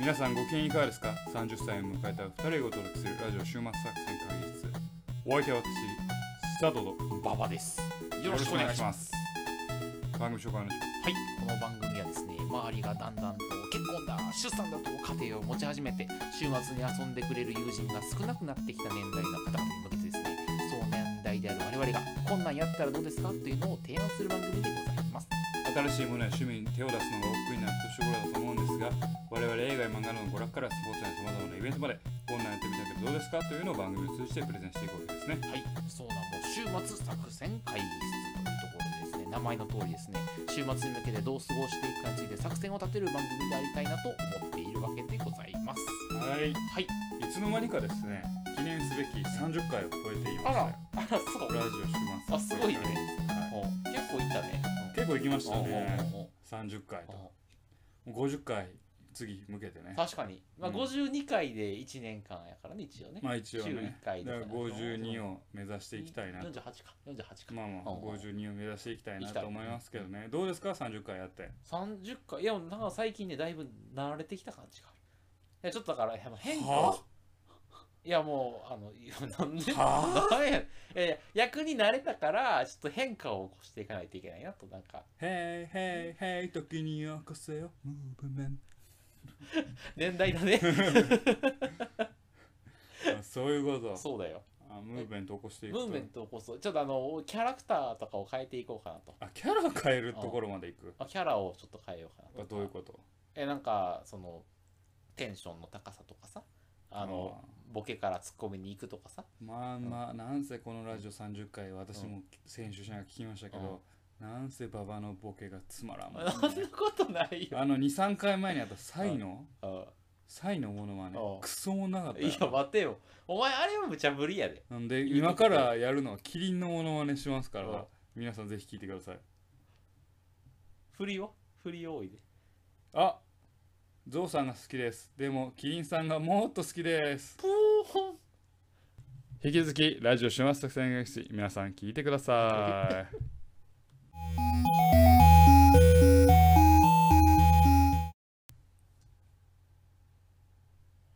皆さんご機嫌いかがですか ?30 歳を迎えた2人がお届けするラジオ週末作戦会議室お相手は私スタートと馬場です。よろよろししくくおお願願いいししまますす。番組紹介の時はい、この番組はですね、周りがだんだんと結婚だ、出産だと家庭を持ち始めて、週末に遊んでくれる友人が少なくなってきた年代の方々に向けてですね、そう年代である我々が、こんなんやったらどうですかというのを提案する番組でございます。新しいものや趣味に手を出すのが億劫になる年頃だと思うんですが我々映画や漫画などの娯楽からスポーツや様々なイベントまでこんなんやってみたけどどうですかというのを番組を通じてプレゼンしていくわけですねはい、そうなん週末作戦会議室というところでですね、名前の通りですね、週末に向けてどう過ごしていくかについて作戦を立てる番組でありたいなと思っているわけでございます。はいいはい、つの間にかですね記念すべき30回を超えていまあしたよ、らあら、すごいラ。ジオ週末あすごいねはお結構いったね。い結構行きましたねおうおう30回おうおと50回次向けてねう確かに、まあ、うん52回で1年間やからね一応ね、まあ一応週ね1回だでから52をを目指していきたいな48か48か、まあまあうんうん52を目指していきたいいなきたいと思いますけどねどうですか30回やって30回いやなんか最近ねだいぶ慣れてきた感じがあるいやちょっとだからいやもう変化はいやもうあのい やなんではなんや いやいや役に慣れたからちょっと変化を起こしていかないといけないなとなんかヘイヘイヘイ時によこせよムーブメン年代 だねトあそういうことそうだよあムーブメント起こしていくムーとブメントを起こすちょっとあのキャラクターとかを変えていこうかなとあキャラ変えるところまでいくまあキャラをちょっと変えようかなあとかどういうことえなんかそのテンションの高さとかさあのあボケからツッコミに行くとかさまあまあなんせこのラジオ30回私も選手しながら聞きましたけどなんせ馬場のボケがつまらん もんねそんなことないよ。あの23回前にあったサイのうんサイのものはねうんクソもなかったよ いや待てよお前あれは無茶ぶりやでなんで言う今とこからやるのはキリンのものまねしますかうんら皆さんぜひ聞いてください振りを振り多いであゾウさんが好きですでもキリンさんがもっと好きですプーン引き続きラジオ週末作戦学習皆さん聞いてくだ さい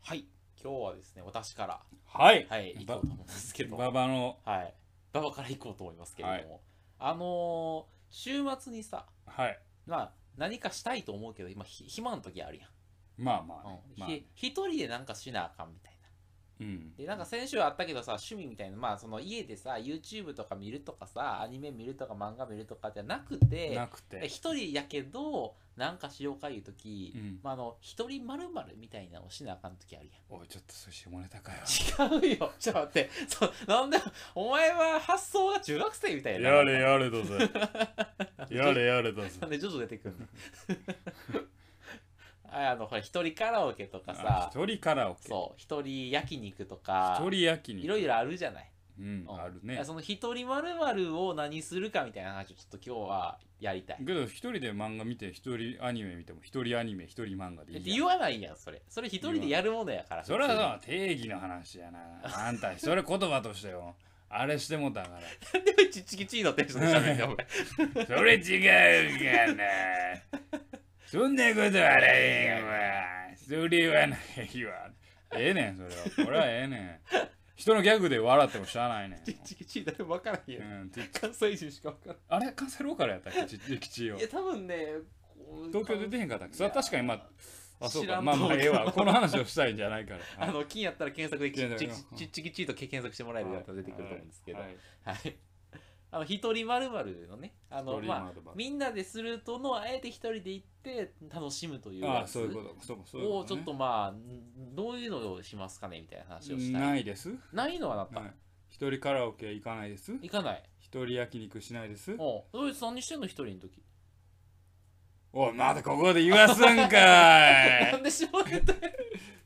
はい今日はですね私からはいはい行こうと思うんですけどババのはい馬場から行こうと思いますけれども、あのー週末にさはいまあ何かしたいと思うけど今ひ暇の時あるやん、まあまあうんねまあねひ一人でなんかしなあかんみたいなうんでなんか先週あったけどさ趣味みたいなまあその家でさ YouTube とか見るとかさアニメ見るとか漫画見るとかじゃなくてなくえて一人やけどなんかしようかいう時、うんまあ、あの一人まるまるみたいなのをしなあかん時あるやんおいちょっとそれ下ネタ かよ違うよちょっと待ってそうなんでお前は発想が中学生みたいなやれだぜ やれやれだぜなんで徐々に出てくるのあのほら一人カラオケとかさ一人カラオケそう一人焼肉とか一人焼肉いろいろあるじゃないうんうんあるいねやその一人まるまるを何するかみたいな話をちょっと今日はやりたい。けど一人で漫画見て一人アニメ見ても一人アニメ一人漫画でいでいじゃん言わないやん、それ。それ一人でやるものやから。それは普通さ定義の話 やなあんたそれ言葉としてよあれしてもうたかにでもちちきちいのテンションで喋ってお前 らそれ違うがなそんなことはないわそれはないわええねんそれは俺はええねん人のギャグで笑ってもしゃあない ねんちちきちい誰も分からんやん。うん、て関西人しか分からあれ関西ローカルやったっけちち吉よん。いや、多分ね、こう東京出てへんかったっけそれは確かにまああそう知らかんまあまあと思えうえわこの話をしたいんじゃないから あの、金やったら検索でいやだちかちらちちきちいと検索してもらえるやつが出てくると思うんですけど。ははいい。あの、一人まるまるのね、あ一の、人ま丸々あ、みんなでするとの、あえて一人で行って楽しむというあやあつそういうことそうそういうをこちとょっねとまあんどういうのをしますかねみたいな話をしたいなないいですのはなった、はい一人カラオケ行かないです行かない一人焼肉しないですおうどう何してんの一人の時おいまだここで言わすんかない んでしまれた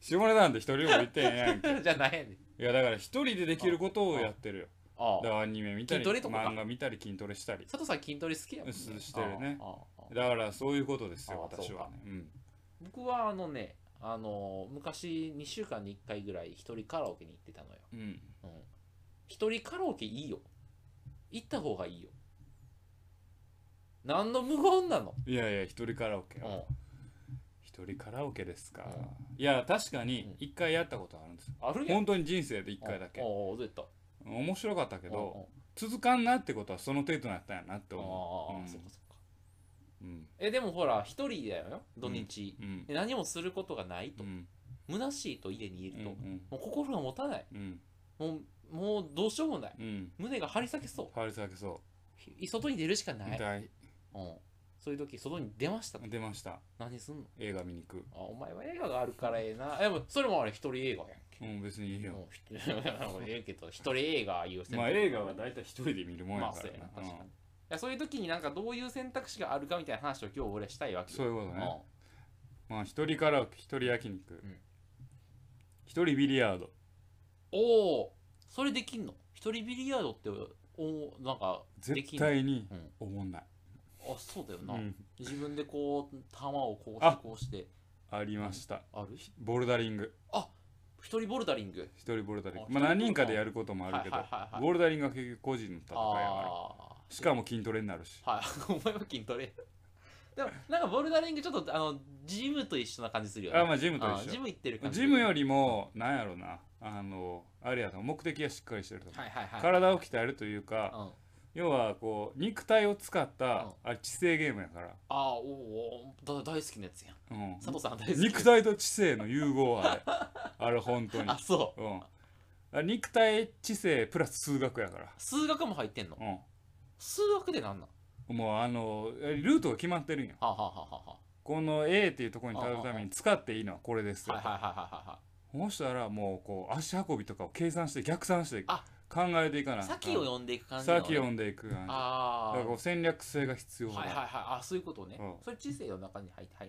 下ネタなんて一人でも言ってへんやん けじゃないねんいやだから一人でできることをやってるよあだかあらアニメ見たり筋トレとかか漫画見たり筋トレしたり佐藤さん筋トレ好きやもん、うんしてるねああああだからそういうことですよああ私はねうん僕はあのねあの昔2週間に1回ぐらい一人カラオケに行ってたのよ、うんうん、一人カラオケいいよ行った方がいいよ何の無言なの、いやいや一人カラオケうん一一人カラオケですか、いや確かうんに一回やったことあるんですよあるやん本当に人生で一回だけああどうやった面白かったけけど続かんなってことはその程度なったんやなってああ思うああそっかそっかうんうんえでもほら一人だよ土日うんで何もすることがないとうん虚しいと家にいうんるともうんう心が持たないうんもうもうどうしようもないうん胸が張り裂けそう張り裂けそひ外に出るしかうない、痛いうん、そういう時外に出ましたと出ました何すんの映画見に行くあお前は映画があるからええなでもそれもあれ一人映画やんけうん別にいいよもう一人 もうええけど一人映画いう選択肢まあ映画は大体一人で見るもんまやあかそうやらなな確かに、ういんやそういう時になんかどういう選択肢があるかみたいな話を今日俺はしたいわけよそういうことうねまあ一人カラオケ一人焼肉ん一人ビリヤードんおおそれできんの一人ビリヤードっておなんかでき絶んの対にうん思んないあそうだような、ん自分でこう球をこうあしてこうしてありましたあるボルダリング一人ボルダリング一人ボルダリンあグまあ一人ボルダリン何グ人かでやることもあるけどはいはいはいはいボルダリングは結局個人の戦いやからあしかも筋トレになるしあはい お前は筋トレでもなんかボルダリングちょっとあのジムと一緒な感じするよねあまあジムとあ一ジ緒ム行ってる感じジムよりもなんやろなあのあれやと思う目的がしっかりしてると思うはいはいはい体を鍛えるというかうん、あ要はこう肉体を使ったあれ知性ゲームやから、あおおだ大好きなやつやんうん、佐藤さん大好き肉体と知性の融合 あれあれ本当にあ、そううんあれ、肉体知性プラス数学やから、数学も入ってんの数学でなんなんうん、もうあのルートが決まってるんよはあ、はあはあはあはこの A っていうところにたどるために使っていいのはこれですあ、よはいはいはいはいはそしたらもうこう足運びとかを計算して逆算してあ考えていかないい先を読んでいく感じのね先を読んでいく感じだあかあらこう戦略性が必要だ、はいはいはいあそういうことね、うんそれ知性の中に入って入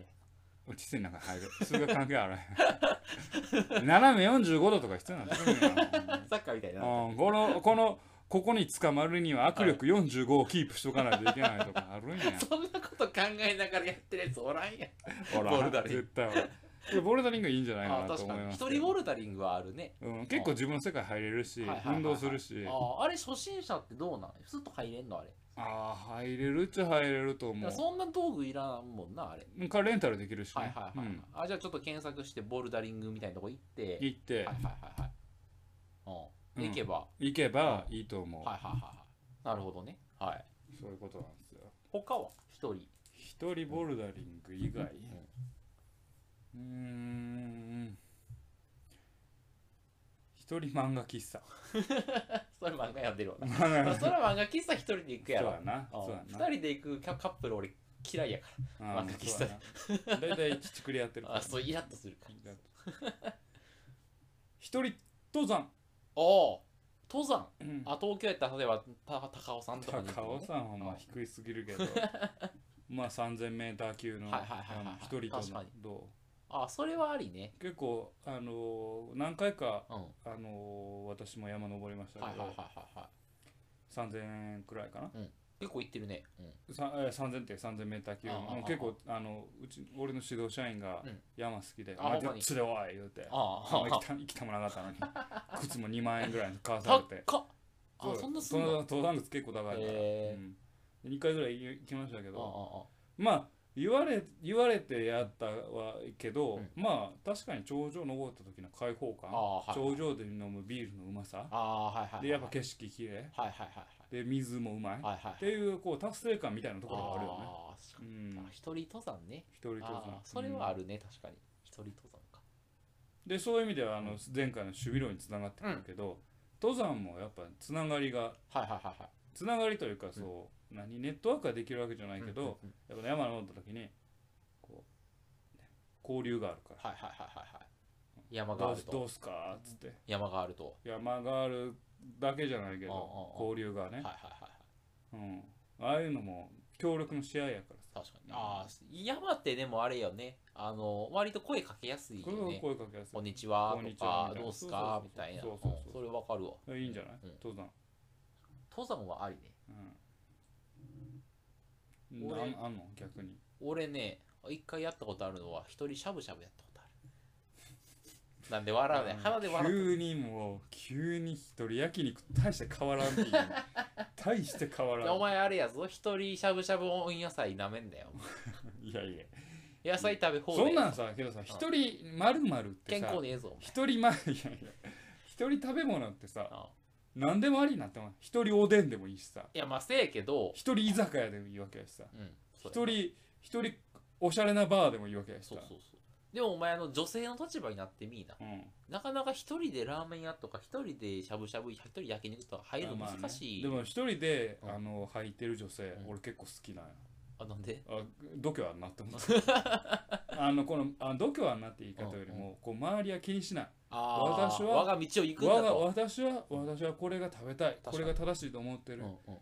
る知性の中に入る数学関係あらへん 斜め45度とか必要なんだよ、サッカーみたいな うん、このこのここに捕まるには握力45をキープしとかないといけないとかあるんやそんなこと考えながらやってるやつおらんやんほらボルダリング絶対ほらこれボルダリングいいんじゃないかあなと確思かいにますけ一ど人ボルダリングはあるねうん、結構自分の世界入れるしはいはいはいはい運動するしあーあれ初心者ってどうなんスッと入れんのあれああ入れるっちゃ入れるとだか思らうそんな道具いらんもんなあれうんかレンタルできるしはいねはいはうい、んあじゃあちょっと検索してボルダリングみたいなとこ行って行ってはいはいはいはいうんでうん行けば、行けばいいと思はいはいはいはいなるほどねはいそういうことなんですよ他は一人一人ボルダリング以外うーん一人漫画喫茶それ漫画読んでるわな漫ま画あそれは漫画喫茶一人で行くそうやろやなそううんやな二人で行くカカップル俺嫌いやかあー漫画喫茶そうやな大体ちちくりやってるかららあそうイラッとするから一人登山おお登山うんあ東京やったら例えばた高尾さんとかに行く高の尾ね山はまあ低いすぎるけどまあ 3000m 級のはいはいはいはいはいあの一人確か登にどあそれはありねう結構あのー何回かうんあのー私も山登りましたはいはけいはいどはいは3000円くらいかない結構行ってるね、うん、さえー3000っていう 3000m 級あああのあ結構あのうち俺の指導社員がうん山好きで「ああほんまどっにちでおい!」言うてああのあ行きた行きたもなかった のに靴も2万円ぐらいに買わさ高れてっあそんなすんのの登山靴結構高いから、へーうん、2回ぐらい行きましたけああどまあ言われ言われてやったはけど、うんまあ確かに頂上登った時の開放感、ああはい頂上で飲むビールのうまさ、ああーはいはいでやっぱ景色きれいはいはいはいで水もうまい、はいはいはいっていうこう達成感みたいなところがあるよね。あーうんあ、一人登山ね。一人登あ山ーそれはある、るね、確かに。一人登山か。うんでそういう意味ではあの前回の守備論につながってくるけど、登山もやっぱつながりがはいはいはいはい。つながりというかそう、何ネットワークができるわけじゃないけど、うんうんうんやっぱ山登った時にこう、ね交流があるからはいはいはいはいはい。山がどあうるすどと。うすかっつって山があると。山があるだけじゃないけうんうんどうん交流がはいねはい、はいはい。うん、ああいうのも協力の試合やからさ確かに。ああ、山ってでもあれよね。あの、割と声かけやすいよこれをね。声かけやすこんにちはこんにとちはみ、たいかなどうすかみたいな。うそんうそうそうそうそれわかるわ。いいいんじゃない、うん登山、登山はありね。うん、俺ああんの逆に俺ね、一回やったことあるのは、一人しゃぶしゃぶやったことある。なんで笑うね。鼻で笑って急るにもう急に一人焼肉大して変わらん っていう大して変わらんお前あれやぞ一人しゃぶしゃぶ温野菜なめんだよいやいや野菜食べ放題そんなんさけどさ一人まるまるって健さ康ねえぞお前一人まいやいや一人食べ物ってさあ何でもありになっても一人おでんでもいいしさいやまあせえけど、一人居酒屋でもいいわけやしさうん、そう一や人一人おしゃれなバーでもいいわけやしさそうそうそうでもお前あの女性の立場になってみーなうんなかなか一人でラーメン屋とか一人でしゃぶしゃぶ一人焼肉とか入るのまあね難しいでも一人で、うんあの履いてる女性、うん俺結構好きなんよあなんであ度胸あんなって 思ったあのこのあ度胸あんなって言い方よりも、こう周りは気にしないあー私は我が道を行くんわだがと私は私はこれが食べたいかこにれが正しいと思ってる、うんうん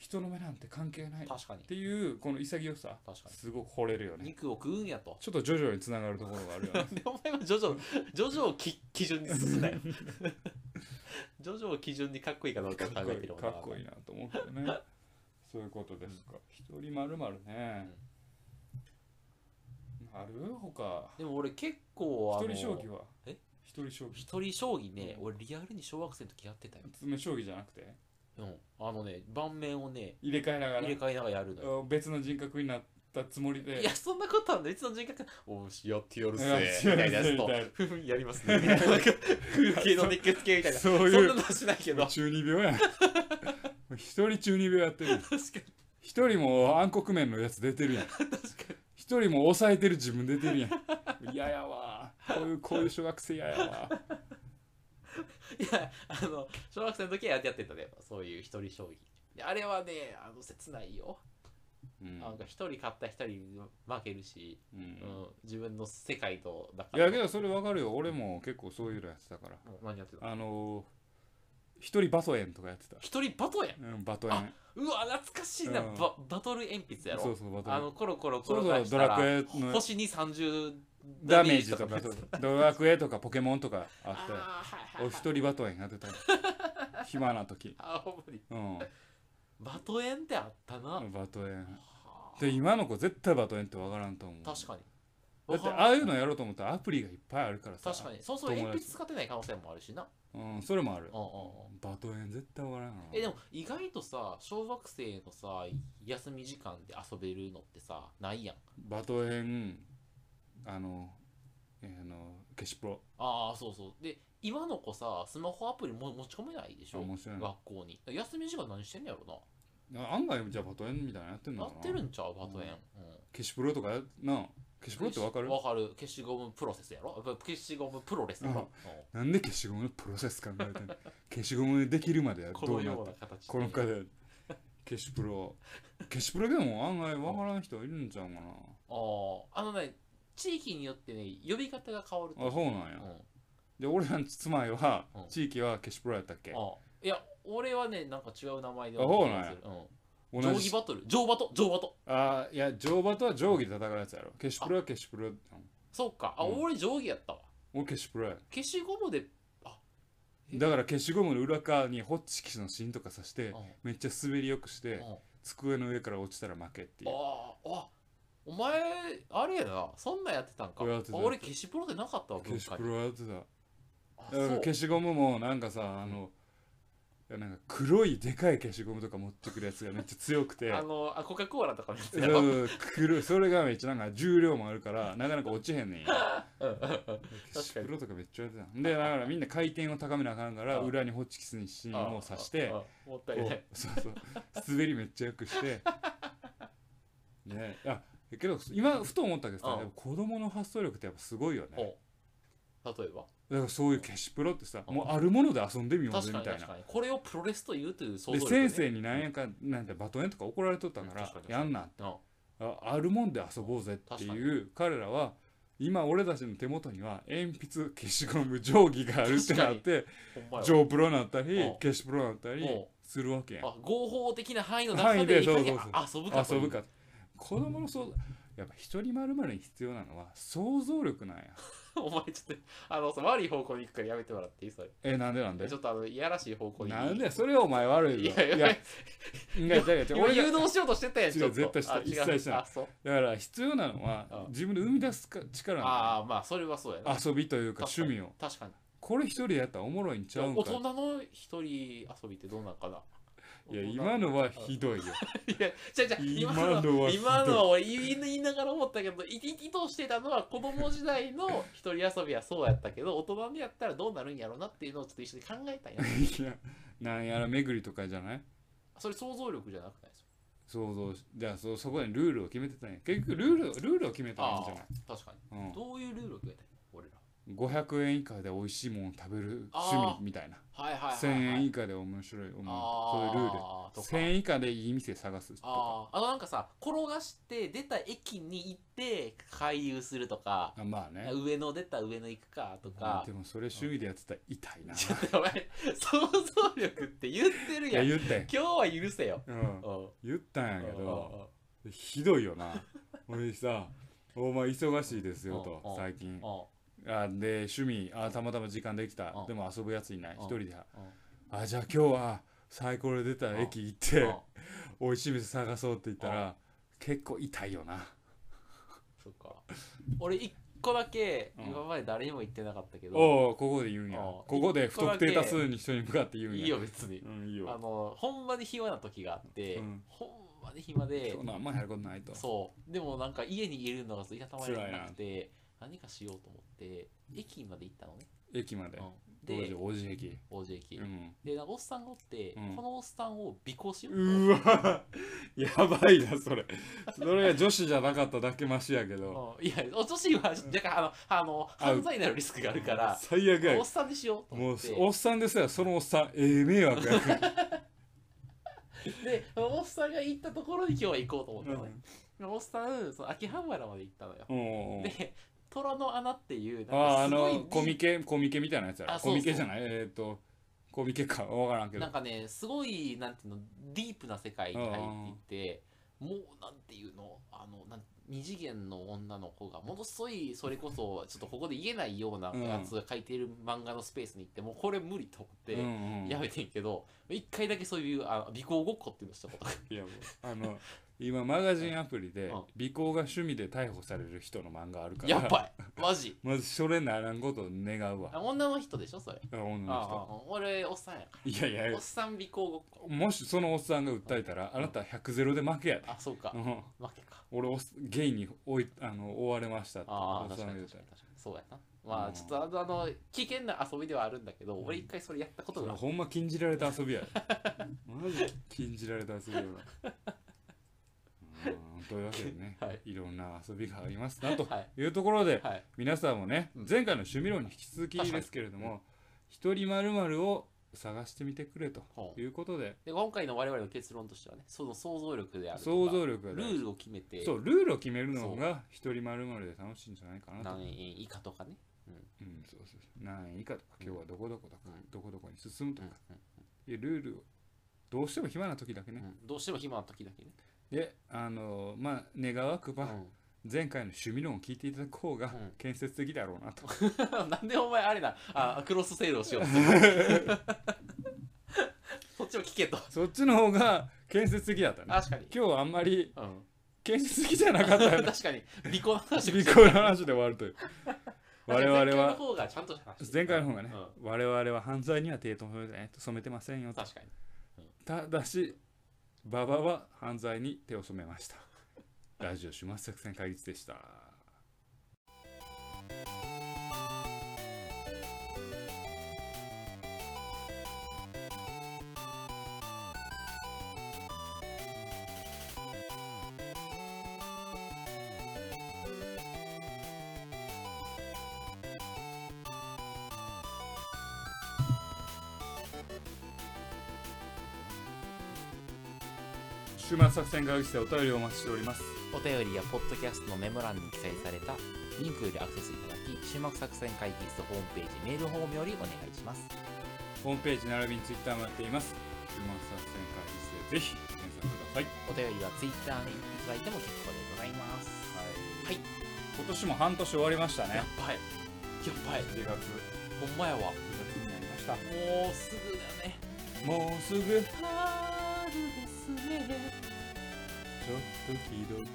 人の目なんて関係ないっ確かにていうこの潔さ確かすごく惚れるよにね肉を食うんやとちょっと徐々につながるところがあるよね でお前は徐々徐々をき基準に進 んだよ徐々を基準にかっこいいかどうかかっを考こえいているかっこいいいなと思ってねそういうことですか一、人まるまるね、ある他でも俺結構あ一の人将棋はえ一人将棋一人将棋ね俺リアルに小学生の時やってたよ、詰め将棋じゃなくてうん、あのね盤面をね入れ替えながら入れ替えながらやるのよあ別の人格になったつもりでいやそんなことはないいつの人格おうしやってやるぜいやみたいなやつみとたいなふふんやりますね みたいななんか空気の熱血系みたいなそうそいんなうのはしないけど確中二病やん 一人中二病やってるかに一人も暗黒面のやつ出てるやん確か一人も抑えてる自分出てるやん嫌やわこういうこういう小学生嫌やわにいやあの小学生の時はやってやってたねそういう一人将棋であれはねあの切ないよ、うんなんか一人勝ったら一人負けるし、うんうん自分の世界とだかいらやけどそれわかるよ俺も結構そういうのやってたからもう何やってたのあのー、一人バトエンとかやってた一人バトやんうんバトエンうわ懐かしいな、うんババトル鉛筆やろそうそうバトエあンのコロコロコそうロそ返うしドたラらクエの星に30ダメージとかダメそーうジドラクエとかポケモンとかあってあーはいはいはいお一人バトエンやってたの 暇な時あほんまにうんバトエンってあったな、バトエンはあで今の子絶対バトエンってわからんと思う確かにだってああいうのやろうと思ったらアプリがいっぱいあるからさ確かにそうそう鉛友達筆使ってない可能性もあるしなうんそれもあるうんうんうバトエン絶対わからんのえでも意外とさ小学生のさ休み時間で遊べるのってさないやんバトエンあのえーあのケシプロああそうそうで今の子さスマホアプリも持ち込めないでしあょ面白いな学校に休み時間何してんのやろあ案外じゃあバトエンみたいなのやってんなのやかっなてるんちゃうバトエン、うんケシプロとかやなケシプロってわかるわかる。消しゴムプロセスやろ消しゴムプロレスやろ、うなんで消しゴムのプロセス考え てんの消しゴムできるまではんこどのうなよっうなた形でこの課で消しプロ消しプロでも案外わからん人いるんちゃうかあああのね、地域によってね、呼び方が変わるとなあそうなんやうんで俺らの住まいはうん地域は消しプロやったっけあいや、俺はね、なんか違う名前であそうなんやうん、同定じ規バトル、定バト、定バト。あーいや乗馬とは定規で戦うやつやろ消しプロは消しプロうんそうか、あ、うん俺定規やったわ。俺消しプロや消しゴムで、だから消しゴムの裏側にホッチキスの芯とかさしてうんめっちゃ滑りよくしうてん机の上から落ちたら負けっていうああ、あお前、あれやな、そんなんやってたんか。俺やってたあ俺、消しプロでなかったわ、文消し化プに。ロやってたあ、だからそう消しゴムもなんかさあの、いやなんか黒いでかい消しゴムとか持ってくるやつがめっちゃ強くてあの、あコカ・コーラとかのやつそやろ。う黒いそれがめっちゃなんか重量もあるからなかなか落ちへんねんよ消しプロとかめっちゃやってたでだからみんな回転を高めなあかんからうん裏にホッチキスに芯を刺してあ、あもったいこ。ないうそうそう滑りめっちゃよくして ねあけど今ふと思ったけどさうんやっぱ子供の発想力ってやっぱすごいよねお例えばだからそういう消しプロってさうんもうあるもので遊んでみようぜ確みかにたいな確かにこれをプロレスと言うという想で像力、ね、先生になんやかなんてバトンとか怒られとったかうんら確かにやんなうんああるもんで遊ぼうぜっていう彼らは今俺たちの手元には鉛筆消しゴム定規があるってなってほんまや定プロなったりうん消しプロなったりもするわけやんうあ合法的な範囲の範中囲ででいかにそうそうあ遊ぶかとい遊うぶか子供の想やっぱ一人まるまるに必要なのは想像力なんやお前ちょっとあのその悪い方向に行くからやめてもらっていいそれえなんでなんでちょっとあのいやらしい方向になんでそれお前悪いいよやいやいや違う違う違う今俺が誘導しようとしてたやんちょっと違う絶対してあ違う一切してないあそうだから必要なのはうん自分で生み出すか力なああまあそれはそうやのなよ遊びというか確か趣に味を確かにこれ一人でやったらおもろいんちゃうん大か人の一人遊びってどうなんかないや今のはひどいよ いや、じゃじゃ今今のの、は今のは俺言い言いながら思ったけど、いきいきとしてたのは子供時代の一人遊びはそうやったけど、大人にやったらどうなるんやろうなっていうのをちょっと一緒に考えたんや。いやなんやら巡りとかじゃないそれ想像力じゃなくないですか想像しじゃあそそこにルールを決めてたんや結局ルールルールを決めたらいいんじゃないあー確かに。うんどういうルールを決めたの俺ら。 500円以下で美味しいもん食べるあー趣味みたいなはいはいはい、はい。 1000円以下で面白い思うそういうルールあーとか1000円以下でいい店探すとかあーあのなんかさ転がして出た駅に行って回遊するとかあまあね上野出た上野行くかとかでもそれ趣味でやってたら痛 いなちょっとお前想像力って言ってるいややん言ったんや今日は許せようんうん言ったんやけどうひどいよな俺さ「お前忙しいですよ」うんうとん最近んうんあで趣味あたまたま時間できたうんでも遊ぶやついないうん一人であじゃあ今日はサイコロで出たら駅行っうんうてん美味しい店探そうって言ったうら結構痛いよなそっか俺一個だけうん今まで誰にも言ってなかったけどおおここで言うんやうんここで不特定多数に人に向かって言うんやいいよ別にうんいいあよのほんまに暇な時があってうんほんまに暇で今日何もやることないとそうでもなんか家にいるのがいたたまれなくて何かしようと思って駅まで行ったのね、駅までうん当で時王子駅 OJ 駅、うんでなんかおっさんがおって、うんこのおっさんを尾行しようとうわやばいなそれそれが女子じゃなかっただけマシやけどうんいやお女子は若干あのあの犯罪になるリスクがあるから最悪やおっさんにしようとも思うっておっさんですらそのおっさんええ迷惑やから でおっさんが行ったところに今日は行こうと思っうたのねん、おっさんその秋葉原まで行ったのよ、おうおうで虎の穴っていうなんああかあすごいのコミケコミケみたいなやつやろあそうそうコミケじゃないえーっとコミケかわからんけどなんかねすごいなんていうのディープな世界に入っていってもうなんていうのあのなん二次元の女の子がものすごいそれこそちょっとここで言えないようなうんやつが書いてる漫画のスペースに行ってもうこれ無理と思って。うんうんやめてんけど一回だけそういうあの尾行ごっこっていうのしたことがいやもうあの今マガジンアプリでうん尾行が趣味で逮捕される人の漫画あるからやばいマジまずそれならんことを願うあわ女の人でしょそれ女ああのあ俺おっさんやか人いやいらおやっさん尾行ごっこもしそのおっさんが訴えたらあなた100ゼロで負けやであそうかうん負けか俺おっゲイに追いあの追われましたってああ、おっ確さんかがに言う確たからに確かに。そうやな。まうあ、んちょっとあの、あの危険な遊びではあるんだけど、ん俺一回それやったことそれがある。ほんま禁じられた遊び やでマジ禁じられた遊びやなうんというわけでね、 はいい、ろんな遊びがありますなとはいいうところで、はい。皆さんもね、うん前回の趣味論に引き続きですけれども一人まるまるを探してみてくれとほういうことでで、今回の我々の結論としてはね、その想像力であるとか。想像力がル大事ールを決めて、そうルールを決めるのが一人まるまるで楽しいんじゃないかなと何円以下とかね。うんそうそうそう何円以下とか今日はどこどことかうんどこどこに進むとうんかいうルールをどうしても暇な時だけうねんどうしても暇な時だけね。であのまあ願わくうば前回の趣味論を聞いていただく方がうん建設的だろうなとん なんでお前あれな、あクロスセール をしようとする。そっちを聞けと。そっちの方が建設的だったね確かに。今日はあんまりうん、建設的じゃなかったよね 確かに、尾行の話を尾して行の話で終わると いう我々前回のは方がちゃんと話して前る回の方がね、う我々は犯罪には手を染めてない染めてませんよんと確かに。ただし馬場は犯罪に手を染めましたラジオ終末作戦会議室でした終末作戦会議室でお便りをお待ちしておりますお便りやポッドキャストのメモ欄に記載されたリンクよりアクセスいただき、終幕作戦会議室ホームページ、メールフォームよりお願いします。ホームページ並びにツイッターもやっています終末作戦会議室でぜひ検索ください、お便りは Twitter にいただいても結構でございます。はい。今年も半年終わりましたねやっばい。やっばい。 1月1ほんまやわ。も月になりましたうすぐだね。もうすぐちょっ春ですね。と気取ってみて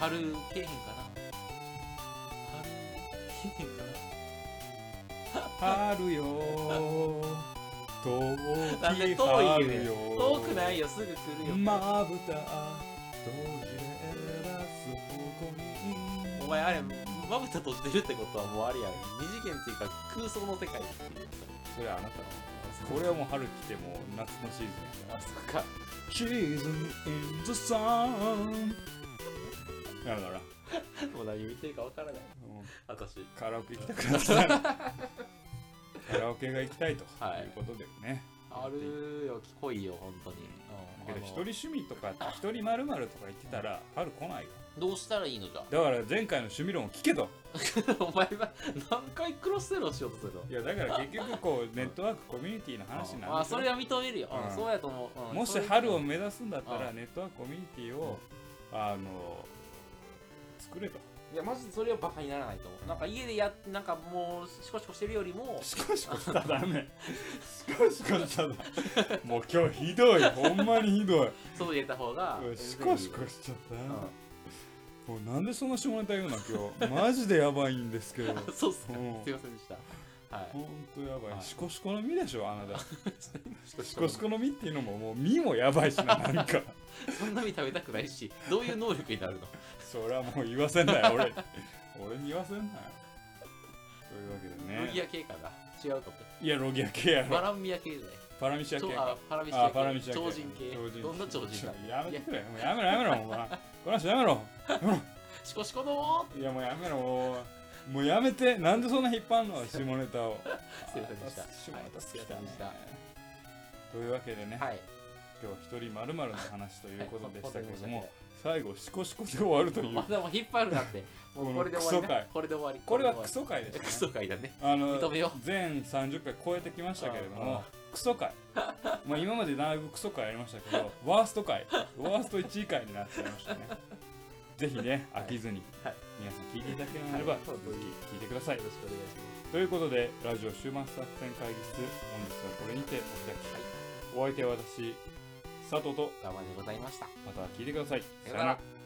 春けえへんかな。春けえへんかな。春よ遠 なんでき遠い春ねよ遠くないよすぐ来るよ、まぶた閉じればそこにお前あれまぶた閉じてるってことはもうあれや二次元っていうか空想の世界っていうそれあなたこれはもう春来てもう夏のシーズンやからあそっかシーズン in the sun だからもう何見てるかわからないもう私カラオケ行きたくなったらカラオケが行きたいとはいいうことでね、あるよ来いよ本当に、だけど一人あの趣味とか一人まるとか言ってたら春来ないよどうしたらいいのじゃだから前回の趣味論を聞けと お前は何回クロスセローしようとするのいやだから結局こうネットワークコミュニティの話になあるあそれは認めるよ、うんうんそうやと思う、うんもしそれ春を目指すんだったうらネットワークコミュニティをあの作れといやマジでそれはバカにならないと思うなんか家でやっなんかもうシコシコしてるよりもシコシコしたらダ メシコシコしたら もう今日ひどいほんまにひどい外でやった方がうんシ全然いいコよシコしちゃったうなんもうなんでそんな下ネタ言うの今日マジでやばいんですけどあそうっすかうんすいませんでしたはいほんとやばはいいシコシコの実でしょあな たシコシシコシコの実っていうのももう実もやばいし ななんかそんなに食べたくないしどういう能力になるのそれはもう言わせんなよ俺俺に言わせんなよというわけで麦ねギア系かな違うかもいやロギア系やバろランミア系じゃないパラミシア系超かあパラミシアあ系パラミシア系超人系超人どんな超人だちょやめてくれもうやめろやめろもうなこの人やめろシコシコのいやもうやめろもうもうやめてなんでそんな引っ張んの下ネタを すいませんでしたあ下ネタ好きだはいすいませんでしたねというわけでね、はい今日は一人まるの話ということでしたけれどはいも最後シコシコで終わるという まだもう引っ張るなってもうこれで終わりこのクソね回これで終わりこれはでク終わソ回りでクすねソ回だねあの認めよ全30回超えてきましたけれどあもあクソ回 まあ今までだいぶクソ回ありましたけどワースト回ワースト1位回になっちゃいましたねぜひねはい飽きずに、はい皆さん聞いていただけるのであれば、はい続き聞いてくださいよろしくお願いしまということでラジオ終末作戦会議室本日はこれにてお開すはいきお相手は私佐藤と我慢でございましたまた聞いてくださいさよなら